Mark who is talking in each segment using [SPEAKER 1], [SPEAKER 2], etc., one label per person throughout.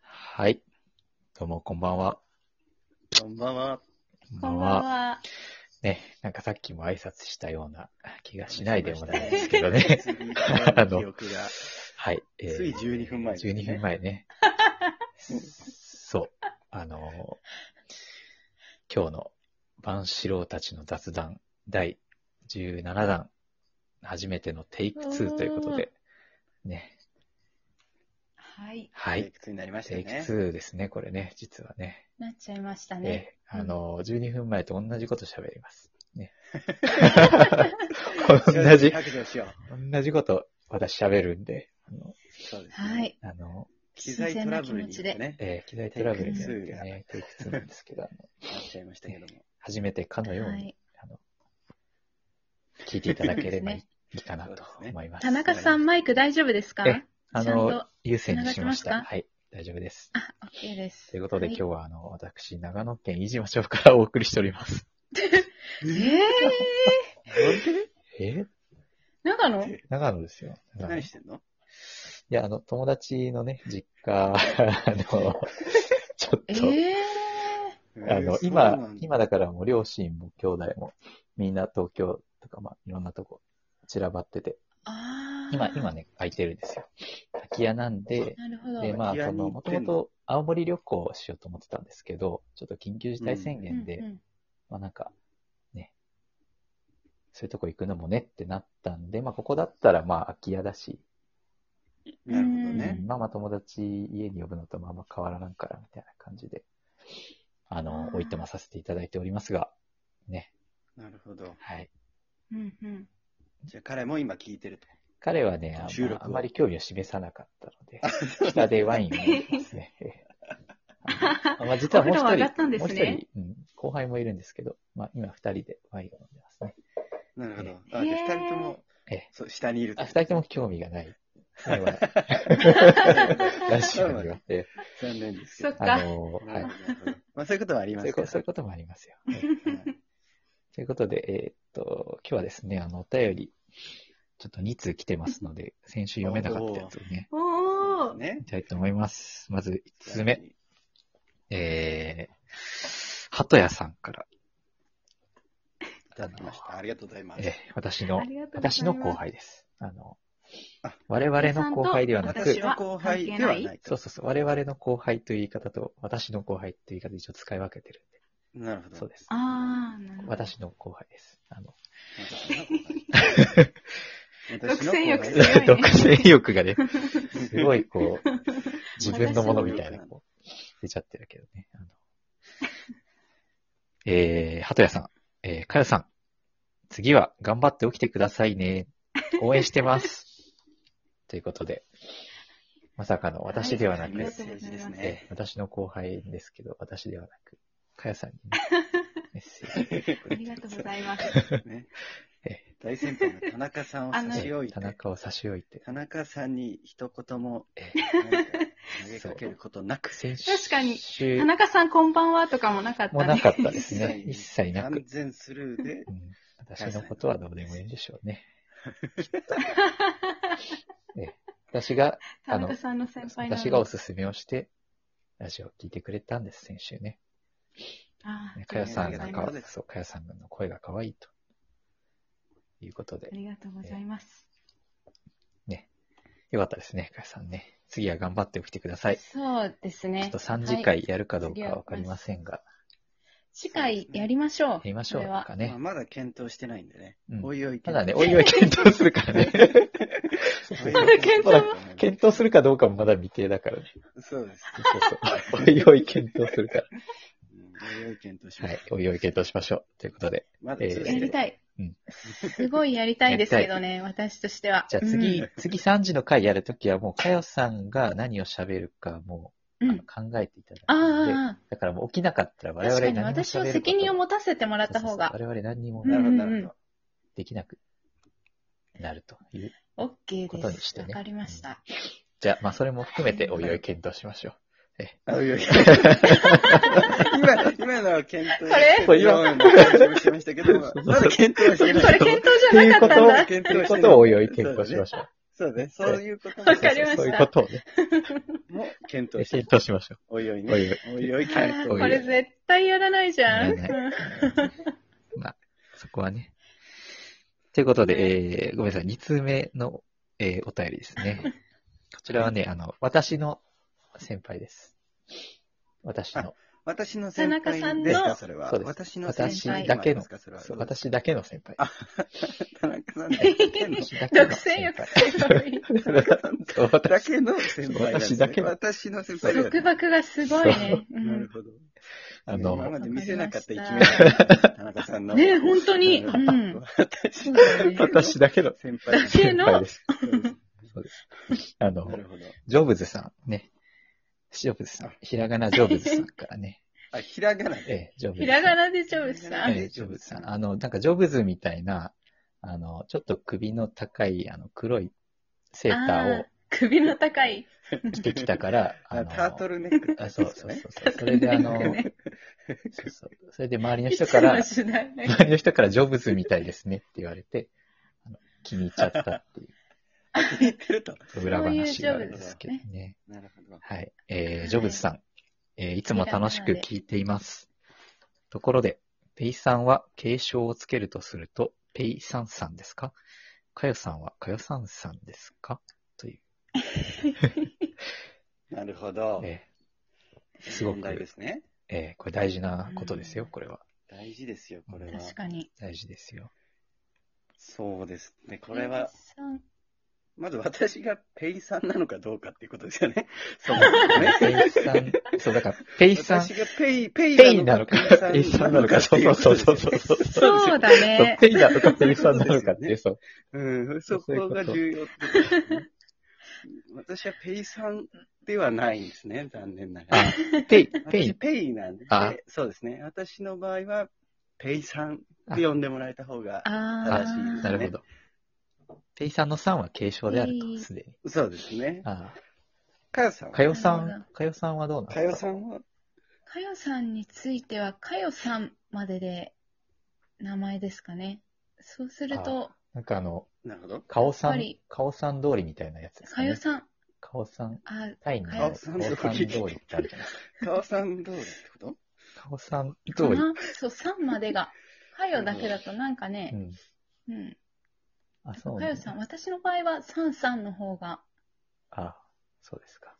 [SPEAKER 1] はい。どうも、こんばんは。
[SPEAKER 2] こんばんは。
[SPEAKER 3] こんばん
[SPEAKER 1] は。
[SPEAKER 3] は。
[SPEAKER 1] ね、なんかさっきも挨拶したような気がしないでもないですけど ね。あの
[SPEAKER 2] 記憶が。
[SPEAKER 1] はい。え
[SPEAKER 2] つい12分前ですね
[SPEAKER 1] 12分前ね。そう。あのー今日の万志郎たちの雑談第17弾、初めてのテイク2ということで、ね、
[SPEAKER 3] はい。
[SPEAKER 1] は
[SPEAKER 2] テイ
[SPEAKER 1] い。
[SPEAKER 2] クツーになりました
[SPEAKER 1] テイク
[SPEAKER 2] ね。
[SPEAKER 1] 2ですね、これね、実はね。
[SPEAKER 3] なっちゃいました
[SPEAKER 1] え
[SPEAKER 3] ね。
[SPEAKER 1] え、あの、12分前と同じこと喋ります。 ね。同じ、
[SPEAKER 2] 削除しよう。
[SPEAKER 1] 同じこと私喋るんで、あの、
[SPEAKER 2] そうですね
[SPEAKER 3] はい。
[SPEAKER 1] あの
[SPEAKER 2] 機材トラブルによってね、
[SPEAKER 1] ええ機材トラブルによって
[SPEAKER 2] テ
[SPEAKER 1] ね、テイク2なんですけど、あの
[SPEAKER 2] なっちゃいましたけども。
[SPEAKER 1] 初めてかのように、
[SPEAKER 3] はい
[SPEAKER 1] あの、聞いていただければいい,、
[SPEAKER 3] そうです
[SPEAKER 1] かなと
[SPEAKER 2] そうですね
[SPEAKER 1] 思います。
[SPEAKER 3] 田中さん、マイク大丈夫ですか
[SPEAKER 1] えあ
[SPEAKER 3] ちゃん
[SPEAKER 1] の
[SPEAKER 3] と、
[SPEAKER 1] 優先にしまし
[SPEAKER 3] つな
[SPEAKER 1] た。
[SPEAKER 3] がってますか
[SPEAKER 1] はい、大丈夫です。
[SPEAKER 3] あ、OK です。
[SPEAKER 1] ということで、今日
[SPEAKER 3] は
[SPEAKER 1] はあの、私、長野県飯島町からお送りしております。
[SPEAKER 3] いえ
[SPEAKER 1] え
[SPEAKER 3] ー、長野
[SPEAKER 1] 長野ですよ。長野
[SPEAKER 2] 何してんの
[SPEAKER 1] いや、あの、友達のね、実家、 あ の、ちょっと、
[SPEAKER 3] えー、
[SPEAKER 1] あの、今、今だからもう両親も兄弟も、みんな東京とか、まあ、いろんなとこ散らばってて、
[SPEAKER 3] あー
[SPEAKER 1] 今、今。ね、空いてるんですよ。空き家なんで、
[SPEAKER 3] なるほど。
[SPEAKER 1] で、まあ、
[SPEAKER 2] 空き家
[SPEAKER 1] そ
[SPEAKER 2] に
[SPEAKER 1] の、
[SPEAKER 2] 行
[SPEAKER 1] も
[SPEAKER 2] っ
[SPEAKER 1] と
[SPEAKER 2] てんの
[SPEAKER 1] もと青森旅行をしようと思ってたんですけど、ちょっと緊急事態宣
[SPEAKER 3] うん
[SPEAKER 1] 言で、
[SPEAKER 3] うん
[SPEAKER 1] まあなんか、ね、そういうとこ行くのもねってなったんで、まあここだったらまあ空き家だし、
[SPEAKER 2] なるほど
[SPEAKER 1] う
[SPEAKER 2] ね。
[SPEAKER 1] んまあまあ友達家に呼ぶのとまあまあ変わらんからみたいな感じで、あの
[SPEAKER 3] あ、ー
[SPEAKER 1] おいとまさせていただいておりますが、ね、
[SPEAKER 2] なるほど。
[SPEAKER 1] はい。
[SPEAKER 3] うん うん。
[SPEAKER 2] じゃあ彼も今聞いてると。
[SPEAKER 1] 彼はね、あん
[SPEAKER 2] 収
[SPEAKER 1] ま
[SPEAKER 2] 録を
[SPEAKER 1] あんまり興味を示さなかったの で、下でワインを飲んでますね。あまあ実はもう一
[SPEAKER 3] お風呂上
[SPEAKER 1] 人、
[SPEAKER 3] がったんで
[SPEAKER 1] もう
[SPEAKER 3] す
[SPEAKER 1] 一
[SPEAKER 3] ね
[SPEAKER 1] 人、うん、後輩もいるんですけど、まあ今二人でワインを飲んでますね。
[SPEAKER 2] なるほど。あ、じゃあ二人とも
[SPEAKER 1] ええ、
[SPEAKER 2] そう、下にいると
[SPEAKER 1] あ、。二人とも興味がない。 それはラジオには。ええ
[SPEAKER 2] 残念ですけ
[SPEAKER 3] そ
[SPEAKER 2] ど
[SPEAKER 3] っ。
[SPEAKER 1] あ
[SPEAKER 3] か。
[SPEAKER 1] の、は
[SPEAKER 2] ないる。ほどまあそういうことはありま
[SPEAKER 1] そういう
[SPEAKER 2] すけ
[SPEAKER 1] こ
[SPEAKER 2] ど。
[SPEAKER 1] そういうこともありますよ。 はい
[SPEAKER 2] はい
[SPEAKER 1] ということで、えーっと、今日はですね、あの、お便り、ちょっと2通来てますので、先週読めなかったやつをね、
[SPEAKER 3] おー。
[SPEAKER 2] ね
[SPEAKER 1] いき。たいと思います。まず1通目、えー、鳩屋さんから、
[SPEAKER 2] いただきました。ありがとうございます。
[SPEAKER 1] えー私の
[SPEAKER 3] あ、りがとうございます
[SPEAKER 1] 私の後。輩です。あの
[SPEAKER 2] あ、
[SPEAKER 1] 我々の後輩ではな
[SPEAKER 2] 私
[SPEAKER 1] く、
[SPEAKER 2] の後輩ではない
[SPEAKER 1] そ
[SPEAKER 2] と
[SPEAKER 1] う。そうそう、我々の後輩という言い方と、私の後輩という言い方で一応使い分けてるん
[SPEAKER 2] なるほ
[SPEAKER 1] で、
[SPEAKER 2] ど。
[SPEAKER 1] そうです。
[SPEAKER 3] あー、なるほど。
[SPEAKER 1] 私の後輩です。あの、
[SPEAKER 2] 私の後輩私の後輩
[SPEAKER 3] 独占欲強いね
[SPEAKER 1] 独占欲がね、すごいこう、 自分のものみたいな、こう、出ちゃってるけどね。あの えー、鳩屋さん、えー、かよさん、次は頑張って起きてくださいね。応援して ます。ということで、まさかの私ではな
[SPEAKER 3] あ
[SPEAKER 1] く、
[SPEAKER 3] り
[SPEAKER 2] メッ
[SPEAKER 3] が
[SPEAKER 2] セ
[SPEAKER 3] とう
[SPEAKER 2] ー
[SPEAKER 3] ござ
[SPEAKER 2] ジ
[SPEAKER 3] います
[SPEAKER 2] です
[SPEAKER 1] え
[SPEAKER 2] ね
[SPEAKER 1] ー。私の後輩ですけど、私ではなく、かよさんに ね、メッセージ。
[SPEAKER 3] ありがとうございます。
[SPEAKER 2] ね
[SPEAKER 1] え
[SPEAKER 2] 大先輩の田中さんを差し置い
[SPEAKER 1] 田
[SPEAKER 2] て、
[SPEAKER 1] 中を差し置いて、
[SPEAKER 2] 田中さんに一言も
[SPEAKER 1] え
[SPEAKER 2] 何か投げかけることなく、
[SPEAKER 1] 先週、
[SPEAKER 3] 確かに田中さん、こんばんはとかもなかった
[SPEAKER 1] も
[SPEAKER 3] ね。
[SPEAKER 1] うなかったです ね。
[SPEAKER 2] 一
[SPEAKER 1] 一切なく
[SPEAKER 2] 完。全スルーで、
[SPEAKER 1] うん私のことはどうでもいいんでしょうね。ええ私が、
[SPEAKER 3] 田中さんの先輩なの
[SPEAKER 1] 私がおすすめをして、ラジオを聞いてくれたんです、先週ね。
[SPEAKER 3] あー
[SPEAKER 1] ねかやさ
[SPEAKER 2] あ
[SPEAKER 1] ん
[SPEAKER 2] りが
[SPEAKER 1] な
[SPEAKER 2] と
[SPEAKER 1] ん
[SPEAKER 2] うござい
[SPEAKER 1] か
[SPEAKER 2] ます、
[SPEAKER 1] そう、かやさんの声が可愛いと。いうことで
[SPEAKER 3] あ、りがとうございます。
[SPEAKER 1] よかったですね、かやさんね。次は頑張っておきてください。ち
[SPEAKER 3] そうですね。
[SPEAKER 1] ょっと3次
[SPEAKER 3] はい
[SPEAKER 1] 会やるかどうか
[SPEAKER 3] 次は
[SPEAKER 1] わかりませんが、
[SPEAKER 3] 次回やりましょう。
[SPEAKER 1] やりましょう
[SPEAKER 3] これ
[SPEAKER 1] なん
[SPEAKER 3] は。
[SPEAKER 1] か
[SPEAKER 2] まあ
[SPEAKER 1] ね。
[SPEAKER 2] まだ検討してないんでね
[SPEAKER 1] うん。
[SPEAKER 2] おいおい
[SPEAKER 1] た
[SPEAKER 2] 検
[SPEAKER 1] だね、
[SPEAKER 2] 討
[SPEAKER 1] お いおい検討するからね。
[SPEAKER 2] おいおい
[SPEAKER 1] まだ
[SPEAKER 2] 検
[SPEAKER 1] 検討するかどうかもまだ未定だからね。
[SPEAKER 2] 討そうです。
[SPEAKER 1] そうそう。おいおい検討するから。
[SPEAKER 2] うんおいおい検討しま
[SPEAKER 1] は
[SPEAKER 2] す。
[SPEAKER 1] い。おいおい検討しましょう。ということで。
[SPEAKER 2] まだ
[SPEAKER 1] えー
[SPEAKER 2] そうです
[SPEAKER 3] や
[SPEAKER 2] ね
[SPEAKER 3] りたい
[SPEAKER 1] うん。
[SPEAKER 3] すごいやりたいですけどね、私としては。
[SPEAKER 1] じゃあ
[SPEAKER 3] う
[SPEAKER 1] 次、
[SPEAKER 3] ん
[SPEAKER 1] 次3時の回やるときはもう、かよさんが何を喋るかもう、
[SPEAKER 3] う
[SPEAKER 1] あ
[SPEAKER 3] ん。
[SPEAKER 1] の考えていただいて、
[SPEAKER 3] あ
[SPEAKER 1] だからもう起きなかったら
[SPEAKER 3] あ、
[SPEAKER 1] 我々
[SPEAKER 3] 確か
[SPEAKER 1] 何も喋るこ
[SPEAKER 3] に
[SPEAKER 1] と
[SPEAKER 3] 私は責任を持たせてもらった方
[SPEAKER 1] そ
[SPEAKER 3] が
[SPEAKER 1] う、そうそう我々何にも
[SPEAKER 2] なるほど、な
[SPEAKER 3] うんうん
[SPEAKER 2] る
[SPEAKER 3] う
[SPEAKER 2] ほ
[SPEAKER 3] ん
[SPEAKER 1] できなくなるという。
[SPEAKER 3] オッケー
[SPEAKER 1] ことに
[SPEAKER 3] で
[SPEAKER 1] し
[SPEAKER 3] す。
[SPEAKER 1] て
[SPEAKER 3] わ
[SPEAKER 1] ね
[SPEAKER 3] かりました。
[SPEAKER 1] じゃあ、まあそれも含めておいおい検討しましょう。
[SPEAKER 2] ど。お いおい検討今、今のは検討
[SPEAKER 3] これ
[SPEAKER 2] 今のは検討してましたけど、まだ検討してない。
[SPEAKER 3] これ検討じゃなかったんだ。
[SPEAKER 1] ということをおいおい検討しましょう。
[SPEAKER 2] そうね、そういうこと
[SPEAKER 3] わかりました
[SPEAKER 1] そうそうそういうことをね。
[SPEAKER 2] もう検討し
[SPEAKER 1] 検
[SPEAKER 2] て。
[SPEAKER 1] 討しましょ。
[SPEAKER 2] おいおいう
[SPEAKER 1] お
[SPEAKER 2] ね。
[SPEAKER 1] いおい
[SPEAKER 2] おいおい
[SPEAKER 3] あ
[SPEAKER 2] 検
[SPEAKER 3] ー
[SPEAKER 2] 討。
[SPEAKER 1] そういう
[SPEAKER 3] これ絶対やらないじゃん。
[SPEAKER 1] やら
[SPEAKER 3] うん
[SPEAKER 1] そこはね。ということで、えー、ごめんなさい。2通目の、えーお便りです ね。こちらはね、あの、私の先輩です。私の、
[SPEAKER 2] 私の先
[SPEAKER 3] 田中さ
[SPEAKER 2] 輩
[SPEAKER 3] んの
[SPEAKER 2] ですか、それは。
[SPEAKER 1] そうです
[SPEAKER 2] 私の先輩
[SPEAKER 3] 私
[SPEAKER 1] だけの
[SPEAKER 2] ですか、それは。
[SPEAKER 1] そう私だけの先輩。
[SPEAKER 2] 田中さんだけの。
[SPEAKER 1] 私だけの
[SPEAKER 3] 独占
[SPEAKER 1] 先
[SPEAKER 3] 欲
[SPEAKER 1] 輩。
[SPEAKER 3] 強い。
[SPEAKER 2] 田中さん
[SPEAKER 1] そう私
[SPEAKER 2] だけの先輩なんです
[SPEAKER 1] 私
[SPEAKER 2] ね
[SPEAKER 1] だけの
[SPEAKER 2] 私の先輩なんです
[SPEAKER 3] 束
[SPEAKER 2] ね
[SPEAKER 3] 縛がすごいね。う
[SPEAKER 2] なる
[SPEAKER 3] ん
[SPEAKER 2] ほど。
[SPEAKER 1] あ
[SPEAKER 2] 今
[SPEAKER 1] の、
[SPEAKER 2] まで見せなかった一面
[SPEAKER 3] わか
[SPEAKER 2] が田中さんの。
[SPEAKER 3] ね本当に。う
[SPEAKER 2] なるほど
[SPEAKER 3] ん。
[SPEAKER 2] 私
[SPEAKER 3] そう
[SPEAKER 2] の
[SPEAKER 3] だよね
[SPEAKER 1] 私だけの
[SPEAKER 2] 先輩です。
[SPEAKER 3] け
[SPEAKER 1] 先
[SPEAKER 3] の
[SPEAKER 1] 輩です。
[SPEAKER 2] そうです
[SPEAKER 1] そうです。あの
[SPEAKER 2] な、るほど。
[SPEAKER 1] ジョブズさんね。ジョブズさん。ひらがなジョブズさんからね。
[SPEAKER 2] あ、ひらがなで。
[SPEAKER 1] ええ、ジョブズさん。
[SPEAKER 3] ひらがなでジョブズさ
[SPEAKER 1] は
[SPEAKER 3] ん。
[SPEAKER 1] い、ジョブズさん。あの、なんかジョブズみたいな、あの、ちょっと首の高い、あの、黒いセーター
[SPEAKER 3] あー首の高い。
[SPEAKER 1] を着てきたから、 あ
[SPEAKER 2] あ
[SPEAKER 1] の、
[SPEAKER 2] タートルネック
[SPEAKER 1] あ
[SPEAKER 2] です
[SPEAKER 1] そ
[SPEAKER 2] ね。
[SPEAKER 1] うそうそうそう。それで あの、
[SPEAKER 3] タートル ネックね
[SPEAKER 1] そうそう。それで周りの
[SPEAKER 3] いつ
[SPEAKER 1] 人から
[SPEAKER 3] の、時代だ
[SPEAKER 1] 周りの人からジョブズみたいですねって言われて、あの気に入っちゃったっていう
[SPEAKER 2] 言ってると。
[SPEAKER 1] そう裏話があるんです けどね。
[SPEAKER 2] なるほど。
[SPEAKER 1] はい。えー、ジョブズさん、えーいつも楽しく聞いています。ところで、ペイさんは継承をつけるとすると、ペイさんさんですかかよさんはかよさんさんですかという、
[SPEAKER 2] なるほど。
[SPEAKER 1] えーすご
[SPEAKER 2] 問題
[SPEAKER 1] く、
[SPEAKER 2] ですね。
[SPEAKER 1] えーこれ大事なことですよ、
[SPEAKER 3] うん
[SPEAKER 1] これは。
[SPEAKER 2] 大事ですよ、これは。
[SPEAKER 3] 確かに。
[SPEAKER 1] 大事ですよ。
[SPEAKER 2] そうですね。これ
[SPEAKER 3] ペ
[SPEAKER 2] は
[SPEAKER 3] イ、さん
[SPEAKER 2] まず私がペイさんなのかどうかっていうことです よね。そう
[SPEAKER 1] ペ
[SPEAKER 2] ね。
[SPEAKER 1] イさん、そう、だから、ペイさん、
[SPEAKER 2] 私がペイ、ペイ
[SPEAKER 1] ペイなのか、ペ
[SPEAKER 2] ペ
[SPEAKER 1] イ
[SPEAKER 2] イ
[SPEAKER 1] さ
[SPEAKER 2] さ
[SPEAKER 1] ん
[SPEAKER 2] ん
[SPEAKER 1] なの
[SPEAKER 2] なの
[SPEAKER 1] か、
[SPEAKER 2] か
[SPEAKER 1] そうそうそうそうそう。
[SPEAKER 3] そうだね。
[SPEAKER 1] ペイなのか、ペイさんなのかっていう、そう。
[SPEAKER 2] うん、そこが重要ってこ とですね。私はペイさんではないんですね、残念ながら。
[SPEAKER 1] ペイ、ペ
[SPEAKER 2] 私
[SPEAKER 1] イ、
[SPEAKER 2] ペイなんで
[SPEAKER 1] あ、
[SPEAKER 2] そうですね。私の場合は、ペイさんって呼んでもらえた方が、
[SPEAKER 3] あ
[SPEAKER 2] 正しい
[SPEAKER 1] な
[SPEAKER 3] あ。
[SPEAKER 1] るほど。ペイさんの3は継承であると、すでに。
[SPEAKER 2] そうですね。
[SPEAKER 1] あ
[SPEAKER 2] かよさん
[SPEAKER 1] あ。か
[SPEAKER 2] は
[SPEAKER 1] よさ
[SPEAKER 3] なる
[SPEAKER 1] ん、かよさんはどうなの
[SPEAKER 2] かよさんは
[SPEAKER 3] かよさんについては、かよさんまでで名前ですかね。そうすると、
[SPEAKER 1] なんかあの、
[SPEAKER 2] なるほど。
[SPEAKER 1] かおさ
[SPEAKER 3] やっぱ
[SPEAKER 1] ん
[SPEAKER 3] り、
[SPEAKER 1] かおさん通りみたいなやつです
[SPEAKER 3] か
[SPEAKER 1] か
[SPEAKER 3] よ
[SPEAKER 1] ね。
[SPEAKER 3] さん、
[SPEAKER 1] かおさん、
[SPEAKER 3] あ、
[SPEAKER 1] タイにあ
[SPEAKER 3] か
[SPEAKER 1] る
[SPEAKER 3] よ
[SPEAKER 1] か
[SPEAKER 2] さ
[SPEAKER 1] お
[SPEAKER 2] ん
[SPEAKER 1] さん通りってあるじゃないです
[SPEAKER 2] かよさんどうってこ
[SPEAKER 1] か。
[SPEAKER 2] と
[SPEAKER 1] かおさん通
[SPEAKER 3] か
[SPEAKER 1] り。
[SPEAKER 3] なそう、さんまでが。かよだけだとなんか
[SPEAKER 1] う
[SPEAKER 3] ね、
[SPEAKER 1] ん。
[SPEAKER 3] うん。
[SPEAKER 1] あ、そう
[SPEAKER 3] か
[SPEAKER 1] な
[SPEAKER 3] よ
[SPEAKER 1] ん
[SPEAKER 3] さ
[SPEAKER 1] だ
[SPEAKER 3] ん、私の場合は、さんさんの方が、
[SPEAKER 1] あ、そうですか。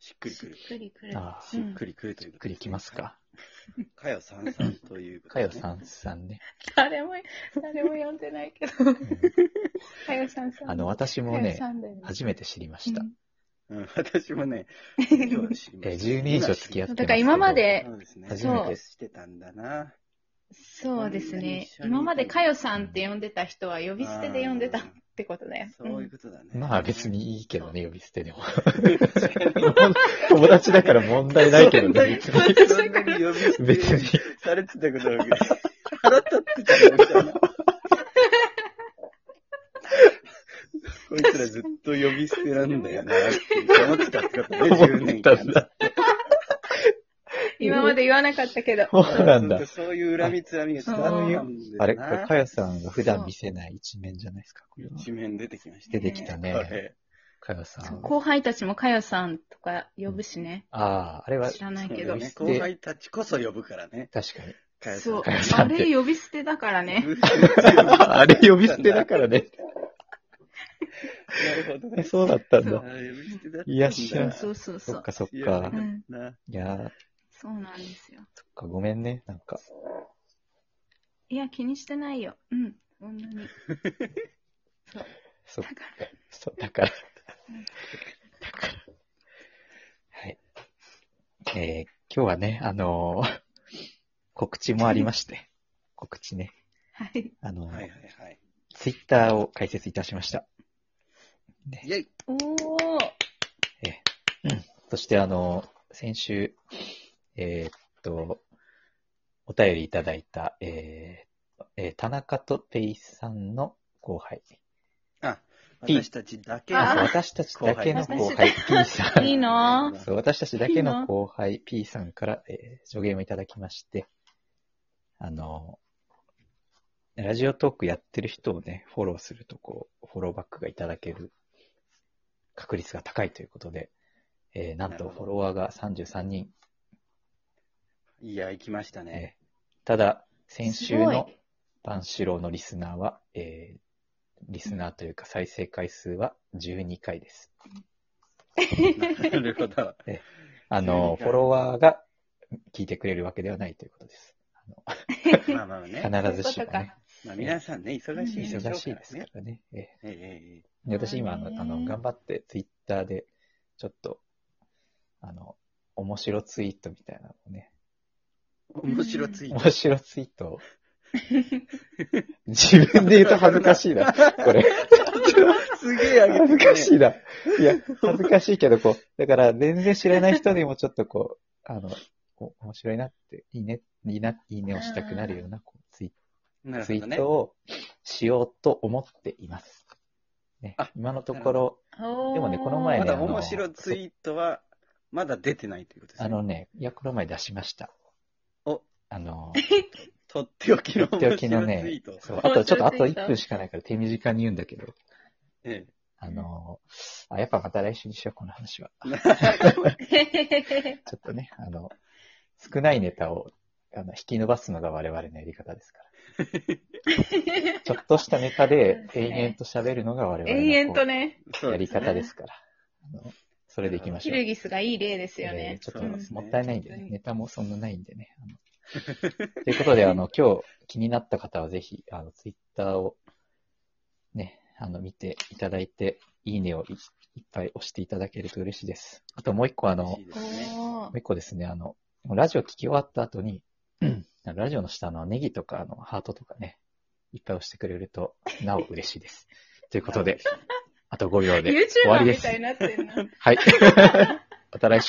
[SPEAKER 2] しっくり
[SPEAKER 3] し
[SPEAKER 2] く
[SPEAKER 3] っ
[SPEAKER 2] る。
[SPEAKER 3] くりくる。
[SPEAKER 1] あ
[SPEAKER 2] しっくりくるという
[SPEAKER 1] ゆっくりきますか。
[SPEAKER 2] かよさんさんということ
[SPEAKER 1] かよ
[SPEAKER 2] ですね
[SPEAKER 1] さんさんね。
[SPEAKER 3] 誰も、誰も呼んでないけど。かよさんさん。
[SPEAKER 1] あの、私も
[SPEAKER 3] かよ
[SPEAKER 1] ね、
[SPEAKER 3] さんだよね
[SPEAKER 1] 初めて知りました
[SPEAKER 3] う。ん
[SPEAKER 2] うん、私もね、今日知りました
[SPEAKER 1] えー、12年以上付き合ってますけど。
[SPEAKER 3] だから今まで
[SPEAKER 2] そうですね。
[SPEAKER 1] 初
[SPEAKER 3] めて
[SPEAKER 2] してたんだな。
[SPEAKER 3] そうです
[SPEAKER 2] こ
[SPEAKER 3] ね。
[SPEAKER 2] んなに一緒に
[SPEAKER 3] 今までかよさんって呼んでた人は呼び捨てで呼んでた
[SPEAKER 2] あ
[SPEAKER 3] っ
[SPEAKER 2] ー
[SPEAKER 3] てことだよ。
[SPEAKER 2] そういうことだね。
[SPEAKER 1] まあ別。にいいけどね、呼び捨てでも。友達だから問題ないけどね、 別に。
[SPEAKER 2] そんなに呼び捨
[SPEAKER 1] 別
[SPEAKER 2] て
[SPEAKER 1] に。
[SPEAKER 2] されてたことだけど、腹立ってたよみたいな。こいつらずっと呼び捨てなんだよな、って思ってたってことね、10
[SPEAKER 1] 思っ
[SPEAKER 2] 年
[SPEAKER 1] た
[SPEAKER 2] 間。
[SPEAKER 1] んだ。
[SPEAKER 3] 今まで言わなかったけど。
[SPEAKER 1] そうなんだ。
[SPEAKER 2] そういう恨みつらみが伝わったんですな
[SPEAKER 1] あれ、これ、かやさんが普段見せない一面じゃないですか、これは。
[SPEAKER 2] 一面出てきました
[SPEAKER 1] 出
[SPEAKER 2] ね。
[SPEAKER 1] てきた
[SPEAKER 2] こ
[SPEAKER 1] ね。
[SPEAKER 2] れ
[SPEAKER 1] かやさん。
[SPEAKER 3] 後輩たちもかよさんとか呼ぶしね。
[SPEAKER 1] ああ、あれは
[SPEAKER 3] 知、らない
[SPEAKER 2] そう
[SPEAKER 3] け
[SPEAKER 2] だ
[SPEAKER 3] ど。
[SPEAKER 2] ね後輩たちこそ呼ぶからね。
[SPEAKER 1] 確かに。
[SPEAKER 2] かよさん
[SPEAKER 3] そう
[SPEAKER 1] かよ。さ
[SPEAKER 3] あ
[SPEAKER 1] んって
[SPEAKER 3] れ呼び捨てだから ね。
[SPEAKER 1] あれ呼び捨てだからね。
[SPEAKER 2] なるほどね。
[SPEAKER 1] そうだったん
[SPEAKER 2] あ
[SPEAKER 1] だ。
[SPEAKER 2] ー呼び捨てだったんだ
[SPEAKER 1] いや知らん
[SPEAKER 3] そうそうそ
[SPEAKER 1] そっ
[SPEAKER 3] う。
[SPEAKER 1] かそっ
[SPEAKER 2] いや
[SPEAKER 1] か
[SPEAKER 3] う。ん。
[SPEAKER 2] ない
[SPEAKER 1] やー、そっ
[SPEAKER 3] そうなんですよ。
[SPEAKER 1] か、ごめんね、なんか。
[SPEAKER 3] いや、気にしてないよ。うん。そ んなに。そう。
[SPEAKER 1] そっ
[SPEAKER 3] だから。
[SPEAKER 1] そう、だから。だから。はい。えー今日はね、あのー告知もありまして、告知ね。
[SPEAKER 3] はい。
[SPEAKER 1] あのー
[SPEAKER 2] はいはいはい。
[SPEAKER 1] ツイッターを開設いたしました。
[SPEAKER 2] イェイ
[SPEAKER 3] おー。
[SPEAKER 1] そして、あのー先週、えーっと、お便りいただいた、えーえー田中とペイさんの後輩。
[SPEAKER 2] あ、
[SPEAKER 1] ピー
[SPEAKER 2] 私たちだけ
[SPEAKER 1] あ
[SPEAKER 3] あ
[SPEAKER 1] と
[SPEAKER 2] の。
[SPEAKER 1] 私たちだけの後
[SPEAKER 3] 後
[SPEAKER 1] 輩 P
[SPEAKER 3] 輩、
[SPEAKER 1] さん。
[SPEAKER 3] いいの
[SPEAKER 1] そう、私たちだけの後輩 P さんから、えー助言をいただきまして、あの、ラジオトークやってる人をね、フォローすると、こう、フォローバックがいただける確率が高いということで、えーなん
[SPEAKER 2] なる
[SPEAKER 1] と
[SPEAKER 2] ほど
[SPEAKER 1] フォロワーが33人。
[SPEAKER 2] いや、行きましたね。
[SPEAKER 1] ただ、先
[SPEAKER 3] す
[SPEAKER 1] 週
[SPEAKER 3] ごい
[SPEAKER 1] の万四郎のリスナーは、えーリスナーというか再生回数は12回です。
[SPEAKER 2] なる ほど。
[SPEAKER 1] あの、
[SPEAKER 2] 12回
[SPEAKER 1] フォロワーが聞いてくれるわけではないということです。
[SPEAKER 2] まあまあね。
[SPEAKER 1] 必ずし
[SPEAKER 3] そうい
[SPEAKER 1] も
[SPEAKER 3] うことか
[SPEAKER 1] ね、
[SPEAKER 2] まあ、皆さんね、忙しいでしょうか
[SPEAKER 1] 忙
[SPEAKER 2] らね。
[SPEAKER 1] しいですからね。えー
[SPEAKER 2] えええええ
[SPEAKER 1] で私今あ
[SPEAKER 3] ま
[SPEAKER 1] の
[SPEAKER 3] あね、
[SPEAKER 1] あの、頑張ってツイッターで、ちょっと、あの、面白ツイートみたいなのをね、
[SPEAKER 2] え面白ツイート。
[SPEAKER 1] 面白ツイートを、自分で言うと恥ずかしいな、これ。
[SPEAKER 2] すげえあげて
[SPEAKER 1] 恥
[SPEAKER 2] る、
[SPEAKER 1] ず
[SPEAKER 2] ね。
[SPEAKER 1] かしいな。いや、恥ずかしいけど、こう、だから全然知らない人にもちょっとこう、あの、お面白いなって、いいね、いいな、いいねをしたくなるような、こうツイ
[SPEAKER 2] なる
[SPEAKER 1] ツイ
[SPEAKER 2] ほど
[SPEAKER 1] ー
[SPEAKER 2] ね。
[SPEAKER 1] トをしようと思っています。ね
[SPEAKER 2] あ、
[SPEAKER 1] 今のところ、
[SPEAKER 3] おー
[SPEAKER 1] でもねこの前
[SPEAKER 2] ま
[SPEAKER 1] ね
[SPEAKER 2] だ
[SPEAKER 1] あの
[SPEAKER 2] 面白ツイートは、まだ出てないということですね。
[SPEAKER 1] あのね、いや、この前出しました。
[SPEAKER 2] お
[SPEAKER 1] あの、
[SPEAKER 2] とっておき
[SPEAKER 1] と
[SPEAKER 2] の
[SPEAKER 1] ってお
[SPEAKER 2] 面
[SPEAKER 1] きの
[SPEAKER 2] 白ツ
[SPEAKER 1] ね
[SPEAKER 2] イート、。
[SPEAKER 1] そう、あとちょっとあと
[SPEAKER 3] 面白ツイート
[SPEAKER 1] 1分しかないから手短に言うんだけど、
[SPEAKER 2] え
[SPEAKER 1] あの、あ、やっぱまた来週にしよう、この話は。 ちょっとね、あの、少ないネタをあの引き伸ばすのが我々のやり方ですから。 ちょっとしたネタ
[SPEAKER 3] そう
[SPEAKER 1] で
[SPEAKER 3] です
[SPEAKER 1] 永
[SPEAKER 3] ね
[SPEAKER 1] 遠と喋るのが我々の
[SPEAKER 3] 永遠と
[SPEAKER 1] こ
[SPEAKER 3] ね、
[SPEAKER 2] えそうう
[SPEAKER 1] や
[SPEAKER 2] で
[SPEAKER 1] り
[SPEAKER 2] すね
[SPEAKER 1] 方ですから。あのそれでいきまし
[SPEAKER 3] キ
[SPEAKER 1] ょう
[SPEAKER 3] ル。ギスがいい例ですよ
[SPEAKER 1] え
[SPEAKER 3] ね
[SPEAKER 1] ー。ちょっ
[SPEAKER 2] そうです
[SPEAKER 1] と
[SPEAKER 2] ね
[SPEAKER 1] もったいないんでね、
[SPEAKER 3] うん
[SPEAKER 1] ネタもそんなないんでね。あ のということで、あの、今日気になった方はぜひ、あの、ツイッターをね、あの、見ていただいて、いいねをいいっぱい押していただけると嬉しいです。あともう一個、あの、
[SPEAKER 2] 嬉
[SPEAKER 1] も
[SPEAKER 2] しいで
[SPEAKER 3] お
[SPEAKER 2] すね
[SPEAKER 1] う
[SPEAKER 3] ー
[SPEAKER 1] 一個ですね、あの、ラジオ聞き終わった後に、 あのラジオの下のネギとか、あの、ハートとかね、いっぱい押してくれると、なお嬉しいです。ということで、あと5秒で終わ
[SPEAKER 3] YouTuber
[SPEAKER 1] りで
[SPEAKER 3] み
[SPEAKER 1] す
[SPEAKER 3] たい。になってんな。
[SPEAKER 1] はい。また来週